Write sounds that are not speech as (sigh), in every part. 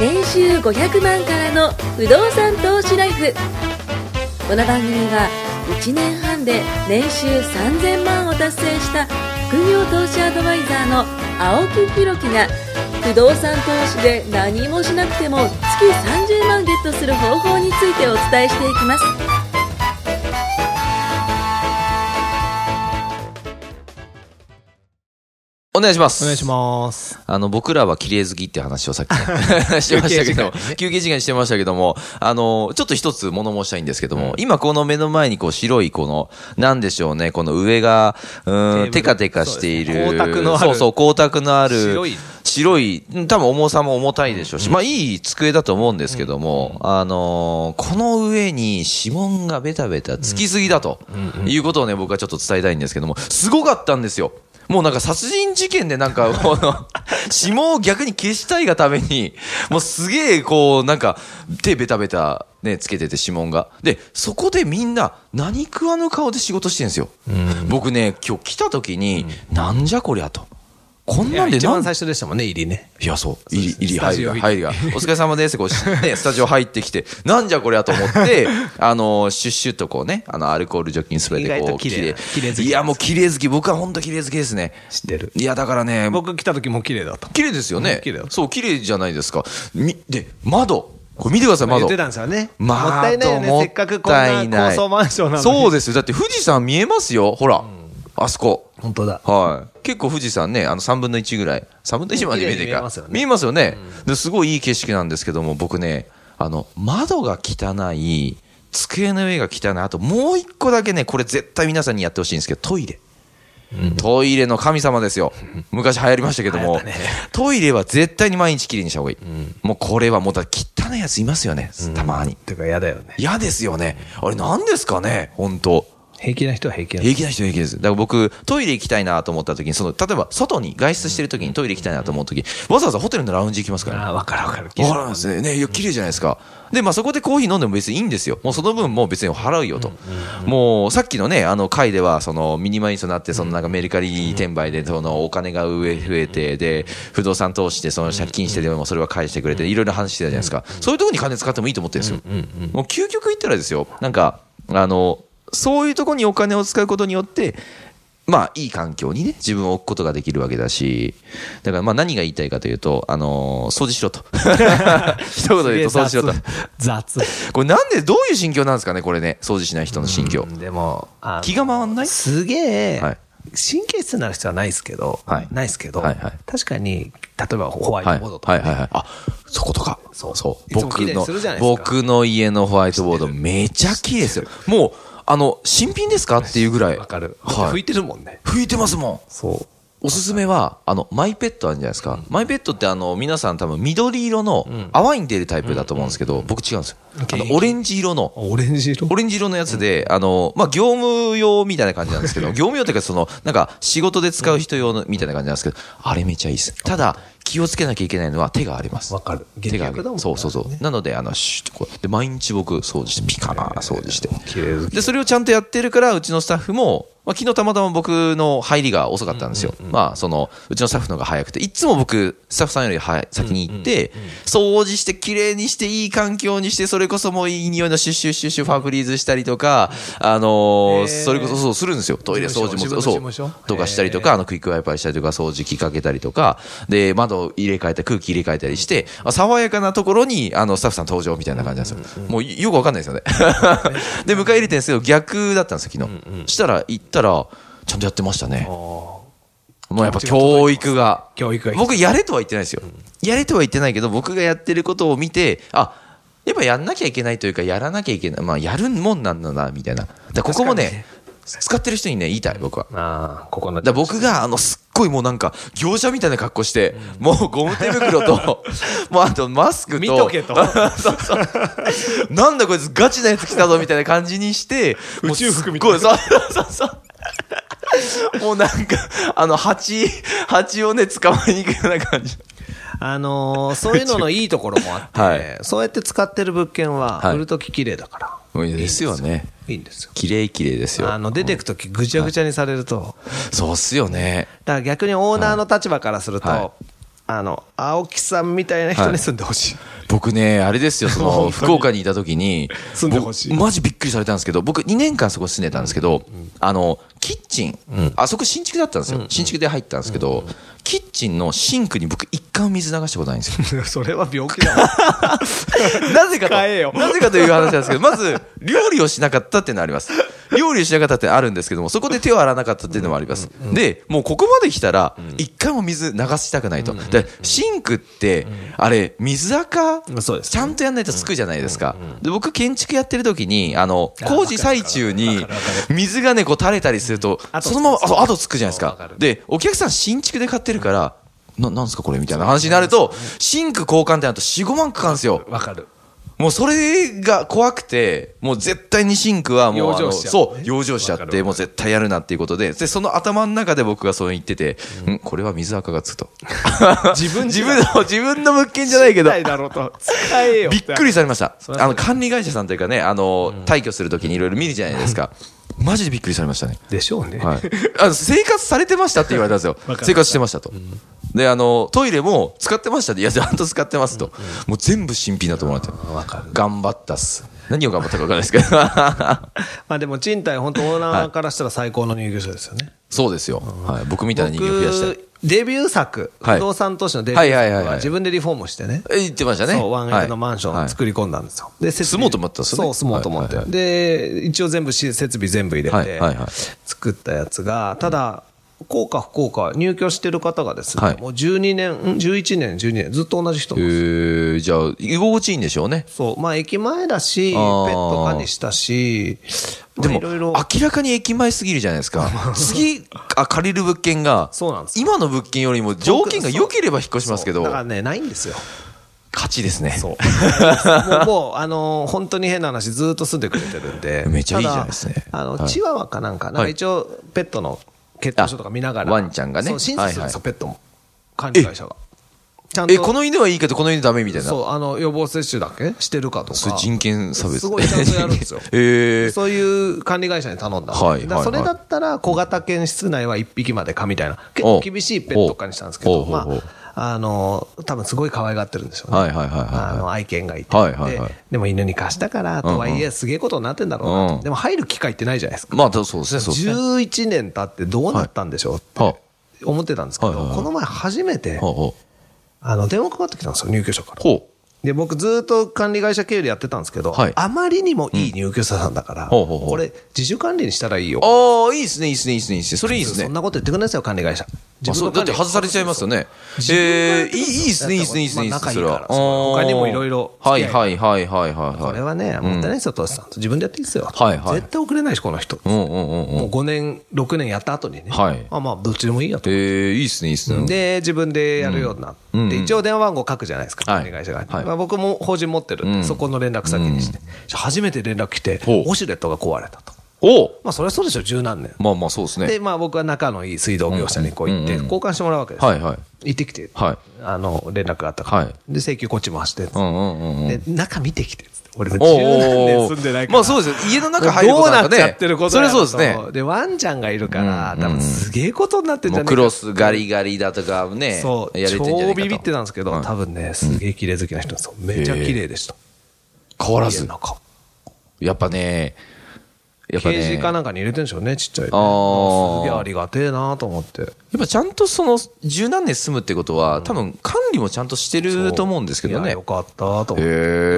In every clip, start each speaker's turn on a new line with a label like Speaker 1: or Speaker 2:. Speaker 1: 年収500万からの不動産投資ライフこの番組は1年半で年収3000万を達成した副業投資アドバイザーの青木弘樹が不動産投資で何もしなくても月30万ゲットする方法についてお伝えしていきます
Speaker 2: お願いします。
Speaker 3: お願いします。
Speaker 2: あの、僕らは綺麗好きって話を
Speaker 3: (laughs)
Speaker 2: さっきしてましたけども
Speaker 3: 休憩時間にね、
Speaker 2: 休憩時間にしてましたけども、あの、ちょっと一つ物申したいんですけども、今この目の前にこう白いこの、なんでしょうね、この上が、う
Speaker 3: ーブ
Speaker 2: ーん、
Speaker 3: ル
Speaker 2: テカテカしている。
Speaker 3: そうですね光沢のある
Speaker 2: そうそう、光沢のある。
Speaker 3: 白い
Speaker 2: 白い。うん多分重さも重たいでしょうし、まあいい机だと思うんですけども、あのーこの上に指紋がベタベタつきすぎだと、いうことをね、僕はちょっと伝えたいんですけども、すごかったんですよ。もうなんか殺人事件でなん (laughs) か、この、指紋を逆に消したいがために、もうすげえこう、なんか、手ベタベタね、つけてて指紋が。で、そこでみんな何食わぬ顔で仕事してるんですよ。僕ね、今日来た時に、なんじゃこりゃと。こん
Speaker 3: い
Speaker 2: な
Speaker 3: や
Speaker 2: んで
Speaker 3: 一
Speaker 2: なん
Speaker 3: 番最初でしたもんね、入りね。
Speaker 2: いや、そう。入り、入り、
Speaker 3: スタ
Speaker 2: 入
Speaker 3: ジ
Speaker 2: り
Speaker 3: オ
Speaker 2: が、入
Speaker 3: (laughs)
Speaker 2: りが。お疲れ様です。こうし、ね、スタジオ入ってきて、なんじゃこりゃと思
Speaker 3: (laughs)
Speaker 2: って、あの、シュッシュッとこうね、あの、アルコール除菌スプレーで
Speaker 3: 意
Speaker 2: こ
Speaker 3: 外
Speaker 2: う、
Speaker 3: と綺麗な綺麗好き
Speaker 2: いや、もう綺麗好き。僕は本当綺麗好きですね。
Speaker 3: 知ってる
Speaker 2: いや、だからね、僕、
Speaker 3: 僕来た時も綺麗だと。
Speaker 2: 綺麗ですよね
Speaker 3: うん綺麗だ。
Speaker 2: そう、綺麗じゃないですか。み、で、窓。これ見てください、窓。
Speaker 3: 言ってたんですよね。
Speaker 2: まあ
Speaker 3: もったいないよね。
Speaker 2: も
Speaker 3: せ
Speaker 2: っ
Speaker 3: っ
Speaker 2: た
Speaker 3: か
Speaker 2: い
Speaker 3: くこんな高層マンションなのに。
Speaker 2: そう
Speaker 3: で
Speaker 2: ですよ。だって富士山見えますよ。ほら、あそこ。
Speaker 3: す。本当だ。
Speaker 2: はい。結構富士山ね、あの3分の1ぐらい、3分の1まで見えてる
Speaker 3: 綺麗に見え
Speaker 2: か
Speaker 3: ますよね
Speaker 2: 見えますよね。ですごいいい景色なんですけども、僕ね、あの、窓が汚い、机の上が汚い、あともう一個だけね、これ絶対皆さんにやってほしいんですけど、トイレ。トイレの神様ですよ。昔流行りましたけども、
Speaker 3: 流行ったね
Speaker 2: トイレは絶対に毎日きれいにした方がいい。もうこれはもうだ汚いやついますよね、たまに。
Speaker 3: てか嫌だよね。
Speaker 2: 嫌ですよね。あれ何ですかね、本当
Speaker 3: 平気な人は平気な
Speaker 2: 平気な人は平気です。だから僕、トイレ行きたいなと思った時に、その、例えば、外に、外出してる時にトイレ行きたいなと思う時、わざわざホテルのラウンジ行きますから。
Speaker 3: ああ、わかるわかる。
Speaker 2: わかるんですね。ね、いや綺麗じゃないですか。で、まあそこでコーヒー飲んでも別にいいんですよ。もうその分もう別に払うよと。もうさっきのね、あの回では、そのミニマリストになって、そのなんかメルカリ転売で、そのお金が上増えて、で、不動産投資でその借金してでもそれは返してくれて、いろいろ話してたじゃないですか。そういうところに金使ってもいいと思ってるんですよ。もう究極言ったらですよ、なんか、あの、そういうところにお金を使うことによって、まあ、いい環境にね、自分を置くことができるわけだし、だからまあ何が言いたいかというと、あのー掃除しろ
Speaker 3: (laughs)
Speaker 2: と。一言で言うと掃除しろと。
Speaker 3: 雑。
Speaker 2: これなんで、どういう心境なんですかね、これね。掃除しない人の心境。
Speaker 3: でも、あの
Speaker 2: 気が回んない
Speaker 3: すげえ、
Speaker 2: はい
Speaker 3: 神経質になる人はないですけど、
Speaker 2: はい
Speaker 3: ないですけど、
Speaker 2: はいはい
Speaker 3: 確かに、例えばホワイ
Speaker 2: はい。
Speaker 3: ト
Speaker 2: は
Speaker 3: ボー
Speaker 2: い
Speaker 3: ドとか、
Speaker 2: はいはい。あ、そことか。
Speaker 3: そういつも
Speaker 2: 僕
Speaker 3: 綺麗に
Speaker 2: の
Speaker 3: するじゃない、ですか
Speaker 2: 僕の家のホワイトボード、めちゃ綺麗
Speaker 3: (laughs)
Speaker 2: ですよ。もう、あの、新品ですかっていうぐらい。
Speaker 3: わかる。
Speaker 2: は
Speaker 3: 拭
Speaker 2: い
Speaker 3: い。てるもんね。
Speaker 2: 拭いてますもん。
Speaker 3: そう。
Speaker 2: おすすめは、あの、マイペットあるじゃないですか。マイペットってあの、皆さん多分緑色の淡いに出るタイプだと思うんですけど、僕違うんですよ。あ
Speaker 3: 現
Speaker 2: の、
Speaker 3: 役
Speaker 2: オレンジ色の、
Speaker 3: オレンジ色
Speaker 2: オレンジ色のやつで、あの、まあ、業務用みたいな感じなんですけ (laughs) ど、業務用というか、その、なんか、仕事で使う人用のみたいな感じなんですけど、あれめちゃいいです。ただ、気をつけなきゃいけないのは手が荒れます。
Speaker 3: わかる
Speaker 2: 手が荒
Speaker 3: 激悪
Speaker 2: れ
Speaker 3: だもんね
Speaker 2: そうそうそう。なので、あの、シュッとこう。で、毎日僕、掃除して、ピカー掃除して。
Speaker 3: 綺麗好き。
Speaker 2: で、それをちゃんとやってるから、うちのスタッフも、まあ、昨日たまたま僕の入りが遅かったんですよ。まあ、その、うちのスタッフの方が早くて、いつも僕、スタッフさんよりは先に行って、掃除して、綺麗にして、いい環境にして、それこそもういい匂いのシュッシュッシュッシュファブリーズしたりとか、あのー
Speaker 3: へー
Speaker 2: それこそそうするんですよ。トイレ掃除
Speaker 3: 事務所
Speaker 2: も、
Speaker 3: 自
Speaker 2: そ
Speaker 3: 分の事務所
Speaker 2: う、とかしたりとか、あの、クイックワイパーしたりとか、掃除機かけたりとか、で、窓入れ替えたり、空気入れ替えたりして、あ爽やかなところに、あの、スタッフさん登場みたいな感じなんですよ。もう、よくわかんないですよ (laughs) ね。で、迎え入れてんですけど、逆だったんですよ、昨日。したら、行ったら、ちゃんとやってましたね。もうやっぱ教育が。
Speaker 3: 教育が
Speaker 2: 僕、やれとは言ってないですよ。やれとは言ってないけど、僕がやってることを見て、あ、やっぱやんなきゃいけないというか、やらなきゃいけない。まあ、やるもんなんだな、みたいな。だからここも
Speaker 3: 確かに
Speaker 2: ね
Speaker 3: ね、
Speaker 2: 使ってる人にね、言いたい、僕は。
Speaker 3: ああ、ここの。
Speaker 2: だから僕が、あの、すっごいもうなんか、業者みたいな格好して、もうゴム手袋
Speaker 3: (laughs)
Speaker 2: と、もうあとマスクと。
Speaker 3: 見とけと
Speaker 2: (laughs) そうそう。なんだこいつガチなやつ来たぞみたいな感じにして、
Speaker 3: 宇宙服みたい
Speaker 2: も
Speaker 3: な
Speaker 2: うすっごいそうそうそう。もうなんか、あの、蜂、蜂をね、捕まえに行くような感じ。
Speaker 3: あのーそういうののいいところもあって、
Speaker 2: はい
Speaker 3: そうやって使ってる物件は
Speaker 2: はい
Speaker 3: 売るとき綺麗だから、
Speaker 2: ですよね。
Speaker 3: い、いんですよ。
Speaker 2: 綺麗綺麗です
Speaker 3: あ
Speaker 2: よ。
Speaker 3: の、出てくときぐちゃぐちゃにされると、
Speaker 2: そうっすよね。
Speaker 3: だから逆にオーナーの立場からすると、
Speaker 2: はい
Speaker 3: あの、青木さんみたいな人に住んでほしい。
Speaker 2: 僕ね、あれですよ、そ
Speaker 3: (laughs) 本当
Speaker 2: の、
Speaker 3: に
Speaker 2: 福岡にいた時に、
Speaker 3: 住んでほしい
Speaker 2: 僕マジびっくりされたんですけど、僕2年間そこ住んでたんですけど、あの、キッチン、あそこ新築だったんですよ。新築で入ったんですけど、キッチンのシンクに僕一回も水流したことないんですよ。
Speaker 3: (laughs) それは病気だ
Speaker 2: (laughs)
Speaker 3: わ。
Speaker 2: なぜかと、
Speaker 3: 使えよ
Speaker 2: なぜかという話なんですけど、まず、料理をしなかったっていうのはあります。料理をしなかったってあるんですけども、そこで手を洗わなかったっていうのもあります。で、もうここまで来たら、一回も水流したくないと。で、シンクって、あれ、水垢
Speaker 3: まあそうです
Speaker 2: ちゃんとやんないとつくじゃないですか。で、僕、建築やってる時に、あの、工事最中に、水がね、こう垂れたりすると
Speaker 3: う、ん
Speaker 2: そのまま、あと、後つくじゃないです
Speaker 3: わか
Speaker 2: か
Speaker 3: る。
Speaker 2: で、お客さん新築で買ってるから、な、なんすかこれみたいな話になると、シンク交換ってなると4、5万かかるんですよ。
Speaker 3: わか (laughs) る。
Speaker 2: もうそれが怖くて、もう絶対にシンクはもう、あ
Speaker 3: 養
Speaker 2: の
Speaker 3: 生しちゃうね
Speaker 2: そう、養生しちゃ
Speaker 3: わ
Speaker 2: っ
Speaker 3: かる
Speaker 2: て、
Speaker 3: わかる
Speaker 2: もう絶対やるなっていうことで、で、その頭の中で僕がそう言ってて、んこれは水垢がつくと。
Speaker 3: (laughs) 自分
Speaker 2: 自分の、自分の物件じゃないけど、
Speaker 3: だろうと。使えよ
Speaker 2: びっくりされました
Speaker 3: そ。りゃ
Speaker 2: あ
Speaker 3: そ
Speaker 2: の、
Speaker 3: うだ
Speaker 2: 管理会社さんというかね、あの、退去するときにいろいろ見るじゃないですか。マジでびっくりされましたね。
Speaker 3: でしょうね。
Speaker 2: はい、 (laughs) あの生活されてましたって言われたんですよ
Speaker 3: (laughs) わかりま、した
Speaker 2: 生活してましたと、であのトイレも使ってましたって、いや、ちゃんと使ってますと、もう全部新品だと思われて、
Speaker 3: わかる。
Speaker 2: 頑張ったっす。何を頑張ったか分からないですけど。 (laughs)
Speaker 3: まあでも賃貸、本当オーナーからしたら最高の入居者ですよね。
Speaker 2: そうですよ。はい。僕みたいな人間を増やしたい。
Speaker 3: 僕、デビュー作、
Speaker 2: はい
Speaker 3: 不動産投資のデビュ
Speaker 2: はいはい
Speaker 3: ー
Speaker 2: はい
Speaker 3: 作
Speaker 2: はい
Speaker 3: は自分でリフォームしてね。
Speaker 2: え言ってましたね。
Speaker 3: そう、ワンエ
Speaker 2: は
Speaker 3: ッ
Speaker 2: い
Speaker 3: のマンションを作り込んだんですよ。で、設
Speaker 2: 住もうと思ったんですよね
Speaker 3: そう、住もうと思って。
Speaker 2: はいはい
Speaker 3: で、一応全部し、設備全部入れて、
Speaker 2: はいはいはい
Speaker 3: 作ったやつが、ただ、効果不効果、入居してる方がですね、
Speaker 2: はい
Speaker 3: もう12年、ん11年、12年、ずっと同じ人
Speaker 2: え
Speaker 3: なんですよ
Speaker 2: ーじゃあ、居心地いいんでしょうね。
Speaker 3: そう、まあ、駅前だし、ペ
Speaker 2: あー
Speaker 3: ット管理したし、まあ
Speaker 2: でも、
Speaker 3: いろいろ、
Speaker 2: 明らかに駅前すぎるじゃないです
Speaker 3: (laughs)
Speaker 2: か。次、あ、借りる物件が、
Speaker 3: そうなんですよ
Speaker 2: 今の物件よりも条件が良ければ引っ越しますけど、
Speaker 3: だから
Speaker 2: 勝
Speaker 3: ね、ないんですよ。
Speaker 2: ちですね。
Speaker 3: そう。もう、もうあのー本当に変な話、ずっと住んでくれてるんで。
Speaker 2: めちゃいいじゃ
Speaker 3: た
Speaker 2: な
Speaker 3: だ
Speaker 2: いですね
Speaker 3: あの、
Speaker 2: はい
Speaker 3: チワワかなんかな、
Speaker 2: はい
Speaker 3: 一応、ペットの血糖書とか見ながら。
Speaker 2: あワンちゃんがね
Speaker 3: そう、審査するんですよ、
Speaker 2: は
Speaker 3: ペットも。管理会社が。ちゃんと。
Speaker 2: え、この犬はいいけど、この犬ダメみたいな。
Speaker 3: そう、あの、予防接種だけしてるかとか。
Speaker 2: それ人権差別。。
Speaker 3: すごいちゃんとやるんですよ
Speaker 2: (laughs) えー
Speaker 3: そういう管理会社に頼んだんで
Speaker 2: はい
Speaker 3: だからそれだったら小型犬室内は1匹までかみたいな、結構厳しいペット化にしたんですけ
Speaker 2: おうお
Speaker 3: ど、
Speaker 2: うおう
Speaker 3: まあ、あの、多分すごい可愛がってるんでしょうね。
Speaker 2: はいはいはいはいはい
Speaker 3: あの、愛犬がいて、
Speaker 2: はいはいはい
Speaker 3: ででも犬に貸したから、とはいえすげえことになってんだろうなと、
Speaker 2: うん
Speaker 3: でも入る機会ってないじゃないですか。
Speaker 2: まあ、そうですね、そうですね。
Speaker 3: 11年経ってどうなったんでしょうって
Speaker 2: は
Speaker 3: 思ってたんですけど、
Speaker 2: はいはいはい
Speaker 3: この前初めて
Speaker 2: あ、、は
Speaker 3: あの、電話かかってきたんですよ、入居者から
Speaker 2: あ、。ほう。
Speaker 3: で、僕ずっと管理会社経理やってたんですけど、
Speaker 2: はい
Speaker 3: あまりにもいい入居者さんだから、
Speaker 2: ほうほうほう
Speaker 3: これ自主管理にしたらいいよ。
Speaker 2: ああ、いいですね、いいですね、いいですね、いいですね。それいいです
Speaker 3: そん
Speaker 2: ね。
Speaker 3: なこと言ってくれないですよ、管理会社。
Speaker 2: あそうだって外されちゃいますよね。えー、いいいいですね、いいですね、いいですね、いいですね、
Speaker 3: そ
Speaker 2: それ
Speaker 3: れは
Speaker 2: は。。
Speaker 3: その他にもいろいろ。
Speaker 2: はいはいはいはいはいはい。
Speaker 3: これはね、もったいないですよ、トシさん。自分でやっていいですよ。
Speaker 2: はいはい
Speaker 3: 絶対遅れないし、この人。
Speaker 2: うんうんうんうん。
Speaker 3: もう5年、6年やった後にね。
Speaker 2: はい
Speaker 3: あまあ、どっちでもいいやと
Speaker 2: え。ー、いいですね、いいですね。
Speaker 3: で、自分でやるようになって、
Speaker 2: うんうん
Speaker 3: 一応電話番号書くじゃないですか、
Speaker 2: はい
Speaker 3: 管理会社が。
Speaker 2: はい
Speaker 3: まあ、僕も法人持ってるんで、そこの連絡先にして。初めて連絡来て、
Speaker 2: ほう
Speaker 3: ウォシュレットが壊れたと。
Speaker 2: おう
Speaker 3: まあ、それはそうでしょ、十何年。
Speaker 2: まあまあ、そうですね
Speaker 3: で、。まあ、僕は仲のいい水道業者にこう行って、交換してもらうわけですよ。
Speaker 2: はいはい。
Speaker 3: 行ってきて、
Speaker 2: はい
Speaker 3: あの連絡があったから、
Speaker 2: はい
Speaker 3: で請求こっち回して、
Speaker 2: うんうんうんうん。
Speaker 3: で中見てきてっつって、俺、十
Speaker 2: おう
Speaker 3: 何
Speaker 2: おうお
Speaker 3: 年
Speaker 2: う
Speaker 3: 住んでないから、
Speaker 2: まあそうですよ。家の中入ることなんかね。
Speaker 3: どうなっちゃってること
Speaker 2: そ
Speaker 3: や
Speaker 2: れ
Speaker 3: ろ
Speaker 2: はそうですね。
Speaker 3: で、ワンちゃんがいるから、多分すげえことになってんじ
Speaker 2: (laughs) も
Speaker 3: ゃ
Speaker 2: う
Speaker 3: ね
Speaker 2: ク
Speaker 3: えか
Speaker 2: ロスガリガリだとかね。
Speaker 3: そう、
Speaker 2: やれてんじゃない
Speaker 3: 超
Speaker 2: かと
Speaker 3: ビビってたんですけど、
Speaker 2: うん
Speaker 3: 多分ね、すげえ綺麗好きな人なんですよ。めちゃ綺麗でした。
Speaker 2: 変わら
Speaker 3: 家
Speaker 2: ず
Speaker 3: の。中。
Speaker 2: やっぱね、やっぱ
Speaker 3: ケ
Speaker 2: ね。
Speaker 3: ージかなんかに入れてんでしょうね、ちっちゃいね。
Speaker 2: あー
Speaker 3: すげえありがてえなと思って。
Speaker 2: やっぱちゃんとその十何年住むってことは、多分管理もちゃんとしてると思うんですけど
Speaker 3: いや
Speaker 2: ね
Speaker 3: よ。かったと思って。
Speaker 2: へ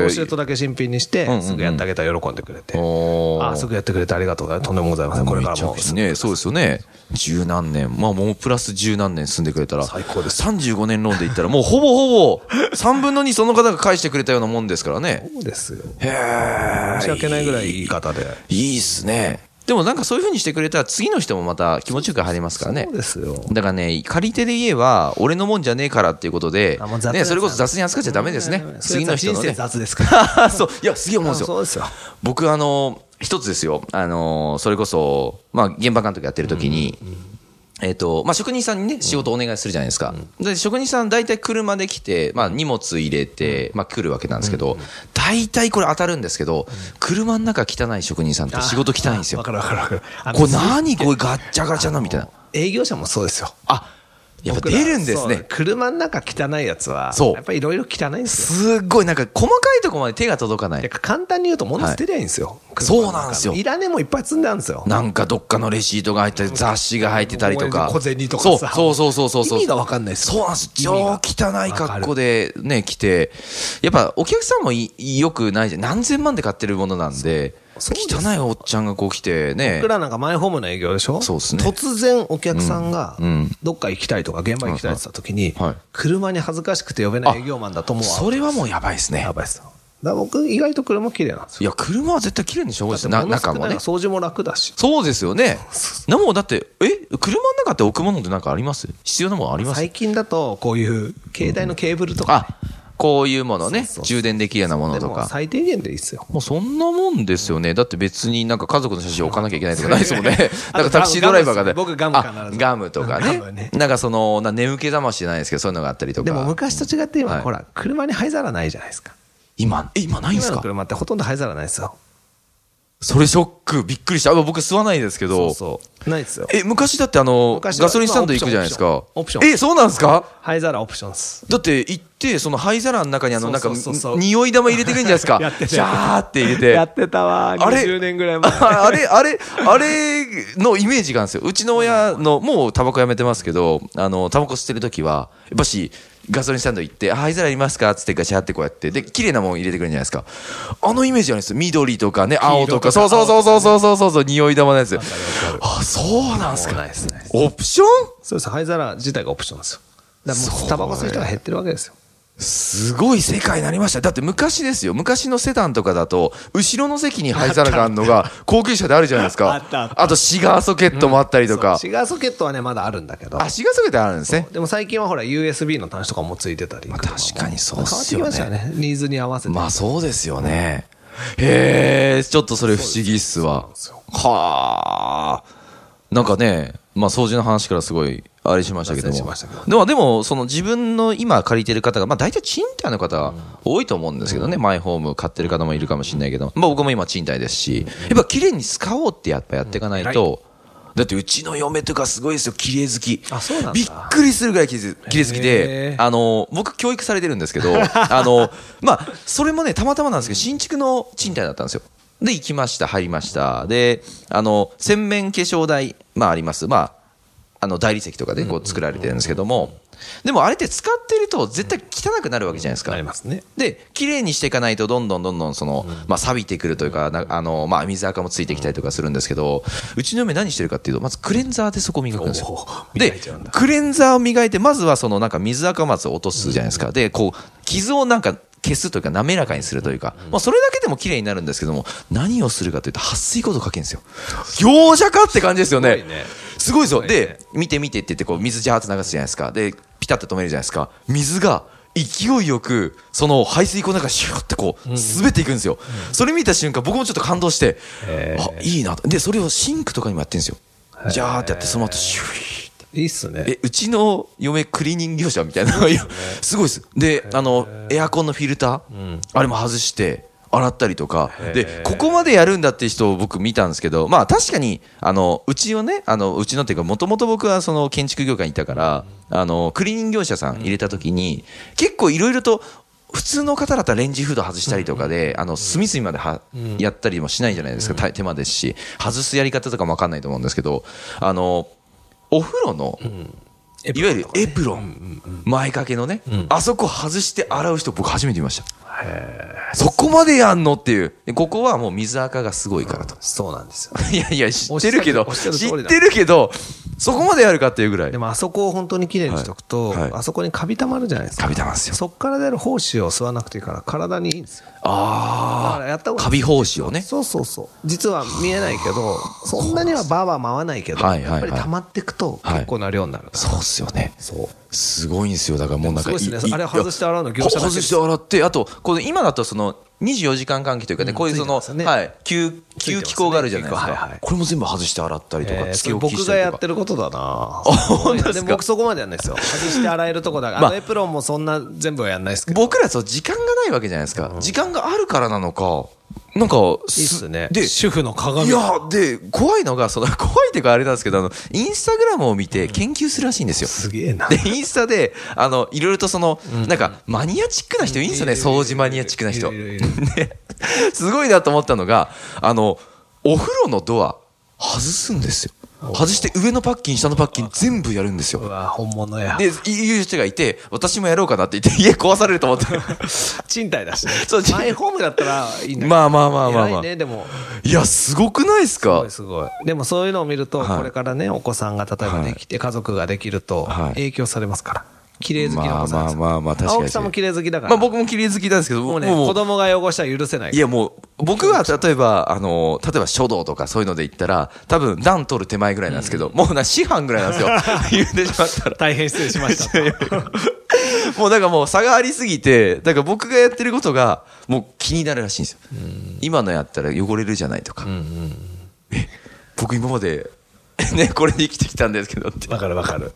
Speaker 2: ー
Speaker 3: 教えとだけ新品にして
Speaker 2: んうんう、ん
Speaker 3: すぐやってあげたら喜んでくれて。
Speaker 2: おー
Speaker 3: あ、すぐやってくれてありがとうございます。とんでもございません。これからも
Speaker 2: めちゃくちゃ。ね、そうですよね。十何年。まあもうプラス十何年住んでくれたら。
Speaker 3: 最高です
Speaker 2: 35年ローンで言ったら、もうほぼほぼ、3分の2その方が返してくれたようなもんですからね。
Speaker 3: そうですよ。
Speaker 2: へー
Speaker 3: 申し訳ないぐらいいい方で。
Speaker 2: いいっすね。でもなんかそういう風にしてくれたら次の人もまた気持ちよく入りますからね
Speaker 3: そう。ですよ。
Speaker 2: だからね、借り手で言えば、俺のもんじゃねえからっていうことで
Speaker 3: あもう、雑
Speaker 2: ね、それこそ
Speaker 3: で
Speaker 2: 雑
Speaker 3: すね
Speaker 2: に扱っちゃダメですね。次の人の
Speaker 3: 人生
Speaker 2: ね。
Speaker 3: 雑ですか
Speaker 2: (laughs)
Speaker 3: ら。
Speaker 2: そう、いや、すげえ思うんですよ。
Speaker 3: そうですよ。
Speaker 2: 僕、あの、一つですよ。あの、それこそ、まあ、現場監督やってる時に、えっと、まあ、職人さんにね、仕事お願いするじゃないですか。で、職人さん大体車で来て、まあ、荷物入れて、まあ、来るわけなんですけど、大体これ当たるんですけど、車の中汚い職人さんって仕事汚いんですよ
Speaker 3: わ。かるわかるわかる。あの
Speaker 2: これ何これガッチャガチャなみたいな。
Speaker 3: 営業者もそうですよ。
Speaker 2: あ、やっぱ出るんです
Speaker 3: 僕らそ
Speaker 2: ね
Speaker 3: う。車の中汚いやつは、
Speaker 2: そう
Speaker 3: やっぱりいろいろ汚いんですよ。
Speaker 2: すっごいなんか細かいとこまで手が届かない
Speaker 3: て。か簡単に言うと物捨てりゃいいんですよ。車の
Speaker 2: そ
Speaker 3: 中
Speaker 2: うなんですよ
Speaker 3: いらねえもんいっぱい積んであるんですよ。
Speaker 2: なんかどっかのレシートが入ったり、雑誌が入ってたりとか。
Speaker 3: 小銭とかさ
Speaker 2: そうそうそうそうそう。
Speaker 3: 意味がわかんないですよ
Speaker 2: そうなんです。
Speaker 3: 意
Speaker 2: 超
Speaker 3: 味
Speaker 2: 汚
Speaker 3: が
Speaker 2: い格好でね、来て。やっぱお客さんもいよくないじゃん。何千万で買ってるものなんで、
Speaker 3: そうそう
Speaker 2: 汚いおっちゃんがこう来てね
Speaker 3: 僕。らなんかマイホームの営業でしょ
Speaker 2: そうっすね
Speaker 3: 突然お客さんが
Speaker 2: うんうん、
Speaker 3: どっか行きたいとか現場行きたいって言った時に
Speaker 2: はいはい、
Speaker 3: 車に恥ずかしくて呼べない営業マンだともう、
Speaker 2: それはもうやばいですね
Speaker 3: や。ばいっすよ。だから僕意外と車綺麗なんですよ。
Speaker 2: いや、車は絶対綺麗にしてほしいです。
Speaker 3: だ
Speaker 2: な
Speaker 3: って物少
Speaker 2: 中も
Speaker 3: ない
Speaker 2: ね
Speaker 3: から。掃除も楽だし。
Speaker 2: そうですよね。なもうだって、え、車の中って置くものってなんかあります必要なものあります
Speaker 3: 最近だと、こういう携帯のケーブルとか
Speaker 2: あ、こういうものね
Speaker 3: そうそうそ、う
Speaker 2: 充電できるようなもの
Speaker 3: ね、で
Speaker 2: と
Speaker 3: も
Speaker 2: か。
Speaker 3: 最低限でいいっすよ。。
Speaker 2: もうそんなもんですよね。だって別になんか家族の写真を置かなきゃいけないとかないですもんね
Speaker 3: (laughs)
Speaker 2: (laughs) なんかタクシードライバーがね。
Speaker 3: あとガムガムですね僕ガム必ず
Speaker 2: あガムとか
Speaker 3: ガムね
Speaker 2: ね。なんかその、な眠気覚ましじゃないですけど、そういうのがあったりとか。
Speaker 3: でも昔と違って今、
Speaker 2: はい
Speaker 3: ほら、車に灰皿ないじゃないですか。
Speaker 2: 今、え、今ないんで
Speaker 3: 今
Speaker 2: す
Speaker 3: の
Speaker 2: か
Speaker 3: 車ってほとんど灰皿ないですよ。
Speaker 2: それショック。びっくりした。あ僕吸わないですけど。
Speaker 3: う。ないですよ。
Speaker 2: え、昔だってあの、ガ
Speaker 3: 昔は
Speaker 2: ソリンスタンド行くじゃないです
Speaker 3: まあ
Speaker 2: か
Speaker 3: オプションオプションオプショ。ン
Speaker 2: え、そうなんですか
Speaker 3: 灰皿オプションっす。
Speaker 2: だって行って、その灰皿の中にあの、なんか
Speaker 3: そうそうそうそう、
Speaker 2: 匂い玉入れてくるんじゃないですか
Speaker 3: (laughs) やって。た
Speaker 2: シャーって入れて。
Speaker 3: やってたわー。
Speaker 2: あれ
Speaker 3: 20年ぐらい
Speaker 2: (laughs)
Speaker 3: 前。
Speaker 2: ああれ、あれ、あれのイメージがあるんですよ。うちの親の、もうタバコやめてますけど、あの、タバコ吸ってる時は、やっぱし、ガソリンスタンド行って、あ、灰皿いりますかっつってガシャってこうやって、で、綺麗なもん入れてくるんじゃないですか。あのイメージあるんですよ。緑とかね、青とか、
Speaker 3: 黄
Speaker 2: そ
Speaker 3: 色
Speaker 2: う
Speaker 3: とか
Speaker 2: そうそうそうそうそうそうそう、匂い玉のやつ。あ、そうなんす
Speaker 3: そうない
Speaker 2: か。
Speaker 3: ですね。
Speaker 2: オプション
Speaker 3: そうです。灰皿自体がオプションですよ。だからもう、タバコ吸う人が減ってるわけですよ。
Speaker 2: すごい世界になりました。だって昔ですよ。昔のセダンとかだと、後ろの席に灰皿があるのが、高級車であるじゃないですか。
Speaker 3: あったあっ
Speaker 2: あと、シガーソケットもあったりと
Speaker 3: そう
Speaker 2: か。
Speaker 3: シガーソケットはね、まだあるんだけど。
Speaker 2: あ、シガーソケットあるんですね。
Speaker 3: でも最近はほら、USB の端子とかもついてたり。
Speaker 2: 確かにそうっすよね
Speaker 3: 変わってきましたよね。ニーズに合わせて。
Speaker 2: まあそうですよね。へえ、ちょっとそれ不思議っすわ。はあ。なんかね、まあ掃除の話からすごい、あれしましたけども。
Speaker 3: 脱線しましたけど
Speaker 2: でも、でも、その自分の今借りてる方が、まあ大体賃貸の方が多いと思うんですけどね、マイホーム買ってる方もいるかもしれないけど、まあ僕も今賃貸ですし、やっぱ綺麗に使おうってやっぱやっていかないと、だってうちの嫁とかすごいですよ、綺麗好き。
Speaker 3: あそうなんだ
Speaker 2: びっくりするぐらい綺麗綺麗好き
Speaker 3: へ
Speaker 2: で、
Speaker 3: ー
Speaker 2: あの、僕教育されてるんです
Speaker 3: (laughs)
Speaker 2: けど、あの、まあ、それもね、たまたまなんですけど、新築の賃貸だったんですよ。で、行きました、入りました。で、あの、洗面化粧台、まああります。まあ、あの、大理石とかでこう作られてるんですけども、でもあれって使ってると絶対汚くなるわけじゃないですか。
Speaker 3: なりますね。
Speaker 2: で、綺麗にしていかないと、どんどんどんどん、その、まあ、錆びてくるというか、なあの、まあ、水垢もついてきたりとかするんですけど、うちの嫁何してるかっていうと、まずクレンザーでそこ磨くんです
Speaker 3: お
Speaker 2: よ
Speaker 3: ー。
Speaker 2: で
Speaker 3: 磨いちゃうんだ、
Speaker 2: クレンザーを磨いて、まずはその、なんか水垢をまず落とすじゃないですか。で、こう、傷をなんか、消すというか、滑らかにするというか、まあ、それだけでも綺麗になるんですけども、何をするかというと、撥水コートかけるんですよ。業者かって感じですよ
Speaker 3: すご
Speaker 2: ね
Speaker 3: いね。
Speaker 2: すごいですよ。
Speaker 3: すごいね
Speaker 2: で、見て見てって言って、こう、水ジャーッと流すじゃないですか。で、ピタッと止めるじゃないですか。水が、勢いよく、その排水口の中にシューってこう、滑っていくんですよ。それ見た瞬間、僕もちょっと感動して、
Speaker 3: へー
Speaker 2: あ、いいなと。で、それをシンクとかにもやってるんですよ。ジャーってやって、その後、シューって。
Speaker 3: いいっすね。
Speaker 2: え、うちの嫁クリーニング業者みたいな。いやすごいです。で、あの、エアコンのフィルター、あれも外して、洗ったりとか。で、ここまでやるんだって人を僕見たんですけど、まあ確かに、あの、うちをね、あの、うちのっていうか、もともと僕はその建築業界にいたから、あの、クリーニング業者さん入れた時に、結構いろいろと、普通の方だったらレンジフード外したりとかで、あの、隅々までは、やったりもしないじゃないですか、た手間ですし、外すやり方とかもわかんないと思うんですけど、あの、お風呂の、
Speaker 3: エプ
Speaker 2: い
Speaker 3: ロ
Speaker 2: わ
Speaker 3: ン
Speaker 2: ゆるエプロン、前掛けのね、あそこ外して洗う人、僕、初めて見ました。そこまでやんのっていう、でここはもう水垢がすごいからと。 (laughs)
Speaker 3: そうなんですよ。
Speaker 2: いやいや、知ってるけど、
Speaker 3: おっし
Speaker 2: 知
Speaker 3: ゃる通り
Speaker 2: っ
Speaker 3: だ
Speaker 2: てるけど、そこまでやるかっていうぐらい
Speaker 3: で、もあそこを本当に綺麗にしとくと、
Speaker 2: はいはい
Speaker 3: あそこにカビたまるじゃないですか。
Speaker 2: カビたまんすよ
Speaker 3: そっから出る胞子を吸わなくていいから、体にいいんですよ。だから
Speaker 2: あ
Speaker 3: やった
Speaker 2: あ、
Speaker 3: 方がいい
Speaker 2: カビ胞子をね、
Speaker 3: そうそうそう。実は見えないけど、そんなにはバーバー回わないけど、
Speaker 2: はいはい
Speaker 3: や
Speaker 2: は
Speaker 3: っ
Speaker 2: い
Speaker 3: ぱり溜まっていくと
Speaker 2: はい
Speaker 3: 結構な量になる。
Speaker 2: そうっすよね。
Speaker 3: そう。
Speaker 2: すごいんですよ、だからもうなんか
Speaker 3: でもすごいっすね
Speaker 2: い
Speaker 3: あれ外して洗うの業者だけです
Speaker 2: こ外して洗って、あと、この今だとその24時間換気というかね、こういうその、
Speaker 3: ついてますね
Speaker 2: はい、吸
Speaker 3: ついてますね
Speaker 2: 吸気口があるじゃないです
Speaker 3: 吸気口はいは
Speaker 2: か
Speaker 3: い。
Speaker 2: これも全部外して洗ったりとか、
Speaker 3: えー
Speaker 2: つ
Speaker 3: そ
Speaker 2: け
Speaker 3: れ
Speaker 2: 置き
Speaker 3: 僕
Speaker 2: した
Speaker 3: が
Speaker 2: り
Speaker 3: や
Speaker 2: とか
Speaker 3: ってることだな
Speaker 2: (laughs) 本当ですか
Speaker 3: でも僕そこまでやんないですよ。外して洗えるとこだから、
Speaker 2: ま
Speaker 3: あ
Speaker 2: あ
Speaker 3: のエプロンもそんな全部はやんないですけど。
Speaker 2: 僕らそう時間がないわけじゃないですか、時間があるからなのかなんか、
Speaker 3: いいっすね
Speaker 2: で、
Speaker 4: 主婦の鏡
Speaker 2: いや、で、怖いのが、その、 (laughs) 怖いっていうかあれなんですけど、あの、インスタグラムを見て研究するらしいんですよ。
Speaker 3: すげえな。
Speaker 2: で、インスタで、あの、いろいろとその、なんか、マニアチックな人いいんですよね、掃除マニアチックな人。
Speaker 3: いるいるい
Speaker 2: (laughs) ですごいなと思ったのが、あの、お風呂のドア、外すんですよ。外して上のパッキン、下のパッキン全部やるんですよ
Speaker 3: う。わ、本物や。
Speaker 2: で、いう人がいて、私もやろうかなって言って、家壊されると思って。
Speaker 3: 賃貸だしね。
Speaker 2: そう賃貸
Speaker 3: マイホームだったらいいんだけど
Speaker 2: まあまあまあまあま
Speaker 3: 偉
Speaker 2: あ
Speaker 3: い。ね、でも。
Speaker 2: いや、すごくないです
Speaker 3: す
Speaker 2: か
Speaker 3: ごいすごい。でもそういうのを見ると、
Speaker 2: はい
Speaker 3: これからね、お子さんが例えばできて、家族ができると
Speaker 2: はい、
Speaker 3: 影響されますから。綺麗好きなお子さんですよ。
Speaker 2: まあまあまあ確かに
Speaker 3: 青木さんも綺麗好きだから。
Speaker 2: まあ僕も綺麗好きなんですけど、
Speaker 3: も
Speaker 2: も
Speaker 3: う
Speaker 2: う
Speaker 3: ね、
Speaker 2: ね、
Speaker 3: 子供が汚したら許せない
Speaker 2: い。やもう、僕は例えば、あの、例えば書道とかそういうので言ったら、多分段取る手前ぐらいなんですけど、もうな、師範ぐらいなんですよ。
Speaker 3: (laughs)
Speaker 2: 言ってしまったら。
Speaker 3: 大変失礼しました。
Speaker 2: もうなんかもう差がありすぎて、なんか僕がやってることが、もう気になるらしいんですよ。今のやったら汚れるじゃないとか。え僕今まで、 (laughs) ね、これで生きてきたんですけどって。
Speaker 3: わかるわかる。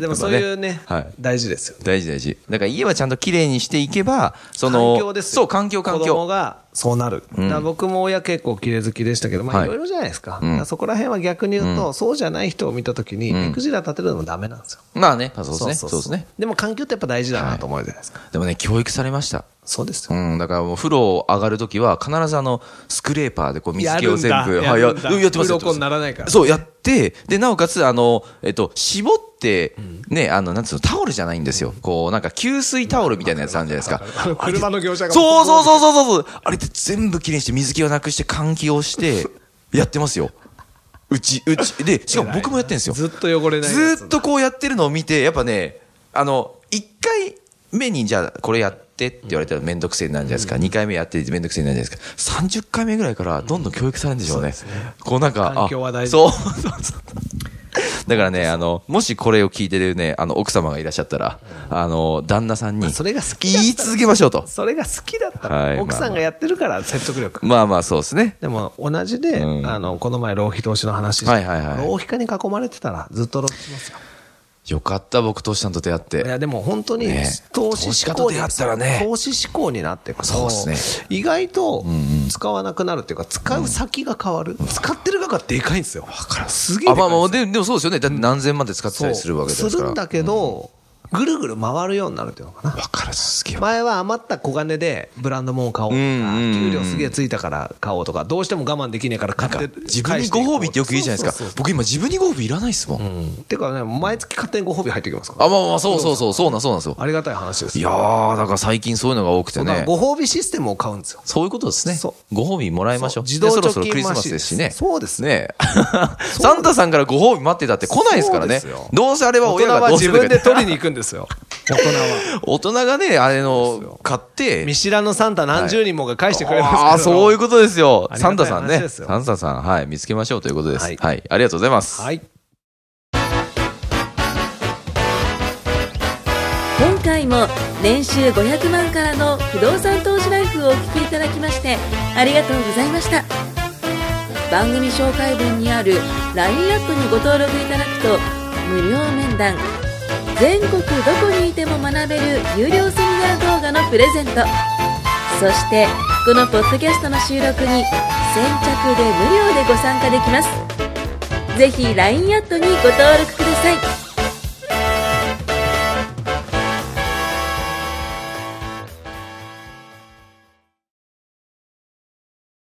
Speaker 3: でもそういうね
Speaker 2: はい、
Speaker 3: 大事ですよね。
Speaker 2: 大事大事。だから家はちゃんと綺麗にしていけば、その、
Speaker 3: 環境です
Speaker 2: そ
Speaker 3: よ
Speaker 2: う、環境環
Speaker 3: 子供
Speaker 2: 境。
Speaker 3: がそうなる。だから僕も親結構綺麗好きでしたけど、ま
Speaker 2: は
Speaker 3: あ
Speaker 2: い
Speaker 3: いろいろじゃないですか。
Speaker 2: ん
Speaker 3: だからそこら辺は逆に言うと、そうじゃない人を見たときに、目くじら立てるのもダメなんですよ。
Speaker 2: まあね、まあそうですね。そうですね。。
Speaker 3: でも環境ってやっぱ大事だなと思うじゃないですか。
Speaker 2: でもね、教育されました。
Speaker 3: そうですよ。
Speaker 2: うん、だからもう風呂上がるときは、必ずあの、スクレーパーでこう水気を全部、
Speaker 4: や
Speaker 2: はい
Speaker 4: る
Speaker 2: や
Speaker 4: んだ
Speaker 2: うんやってますやってます
Speaker 4: 鱗にならないから
Speaker 2: そう、やって、で、なおかつ、あの、えっと、絞って、ね、あの、なんつうの、タオルじゃないんですよ。こう、なんか、給水タオルみたいなやつあるじゃないですか。
Speaker 4: 車の業者が
Speaker 2: そうそうそうそうそうそう。あれって全部きれいにして、水気をなくして、換気を
Speaker 3: (laughs)
Speaker 2: して、やってますよ。うち、うち、で、しかも僕もやってるんですよ。
Speaker 3: ずっと汚れない
Speaker 2: ずーっとこうやってるのを見て、やっぱね、あの、1回目にじゃあこれやってって言われたらめんどくせえになるじゃないですか。2回目やってめんどくせえになるじゃないですか。30回目ぐらいからどんどん教育されるんでしょうね。こうなんか、あ
Speaker 3: 環境は大事
Speaker 2: そうそうそう。だからね、あの、もしこれを聞いてるね、あの、奥様がいらっしゃったら、あの、旦那さんに、
Speaker 3: それが好きだったら
Speaker 2: 言い続けましょうと。
Speaker 3: それが好きだったら、
Speaker 2: はい
Speaker 3: 奥さんがやってるから説得力。
Speaker 2: まあまあ、そうですね。
Speaker 3: でも同じで、
Speaker 2: うん
Speaker 3: あのこの前、浪費投資の話して、
Speaker 2: はいはいはい
Speaker 3: 浪費家に囲まれてたら、ずっと浪費しますよ。
Speaker 2: よかった、僕、としさんと出会っ
Speaker 3: い
Speaker 2: て。
Speaker 3: やでも本当に
Speaker 2: ね
Speaker 3: 投資
Speaker 2: 投
Speaker 3: 思考
Speaker 2: 資家と出
Speaker 3: に
Speaker 2: 会ったらね
Speaker 3: 投資志向になっていくと
Speaker 2: そうっす
Speaker 3: 意外と使わなくなるっていうか、使う先が変わる、使ってる額がでかいんですよ。すげえ
Speaker 2: あ、
Speaker 3: でか
Speaker 2: ま
Speaker 3: い
Speaker 2: あ
Speaker 3: んです
Speaker 2: まあ、
Speaker 3: よ
Speaker 2: ででもそうですよね。だって何千万で使ってたりするわけですから。
Speaker 3: そうするんだけど、ぐるぐる回るようになるっていうのかな。
Speaker 2: わからすげえわ
Speaker 3: 前は余った小金でブランドもんを買おうとか、
Speaker 2: うんうんうん
Speaker 3: 給料すげえついたから買おうとか、どうしても我慢できねえから買って
Speaker 2: 自分にご褒美ってよく言うじゃないですか。
Speaker 3: そうそうそう
Speaker 2: 僕今自分にご褒美いらないですもん。あ、
Speaker 3: うんてかね、毎月勝手にご褒美入ってきますか
Speaker 2: まあ
Speaker 3: ら。
Speaker 2: まあ、そうそうそう、そうなんそうなんですよ。
Speaker 3: ありがたい話です
Speaker 2: い
Speaker 3: よ。
Speaker 2: やー、だから最近そういうのが多くて
Speaker 3: だから
Speaker 2: ね。
Speaker 3: ご褒美システムを買うんですよ。
Speaker 2: そういうことですね
Speaker 3: そ。
Speaker 2: ご褒美もらいましょう。
Speaker 3: そう自動
Speaker 2: でそろそろ
Speaker 3: 貯金
Speaker 2: クリスマスですし
Speaker 3: マ
Speaker 2: ね。
Speaker 3: シンそうです
Speaker 2: ね。サンタさんからご褒美待ってたって来ないですからね
Speaker 3: そうですよ。
Speaker 2: どうせあれは
Speaker 3: 大
Speaker 2: 親
Speaker 3: 人
Speaker 2: が
Speaker 3: は
Speaker 2: どうす
Speaker 3: 自
Speaker 2: るか
Speaker 3: 分で取りに行くんです
Speaker 2: (laughs)
Speaker 3: よ。大人は。
Speaker 2: 大人がね、あれの、買って。
Speaker 3: 見知らぬサンタ何十人もが返してくれますから。
Speaker 2: ああー、そういうことですよ。
Speaker 3: あり
Speaker 2: サン
Speaker 3: が
Speaker 2: タ
Speaker 3: た
Speaker 2: さん
Speaker 3: い
Speaker 2: ね
Speaker 3: 話。ですよ
Speaker 2: サンタさん、はい、見つけましょうということです。は
Speaker 3: はいい、
Speaker 2: ありがとうございます。
Speaker 3: はい。
Speaker 1: 今回も年収500万からの不動産投資ライフをお聞きいただきましてありがとうございました番組紹介文にある LINE アップにご登録いただくと無料面談全国どこにいても学べる有料セミナー動画のプレゼントそしてこのポッドキャストの収録に先着で無料でご参加できますぜひ LINE アットにご登録ください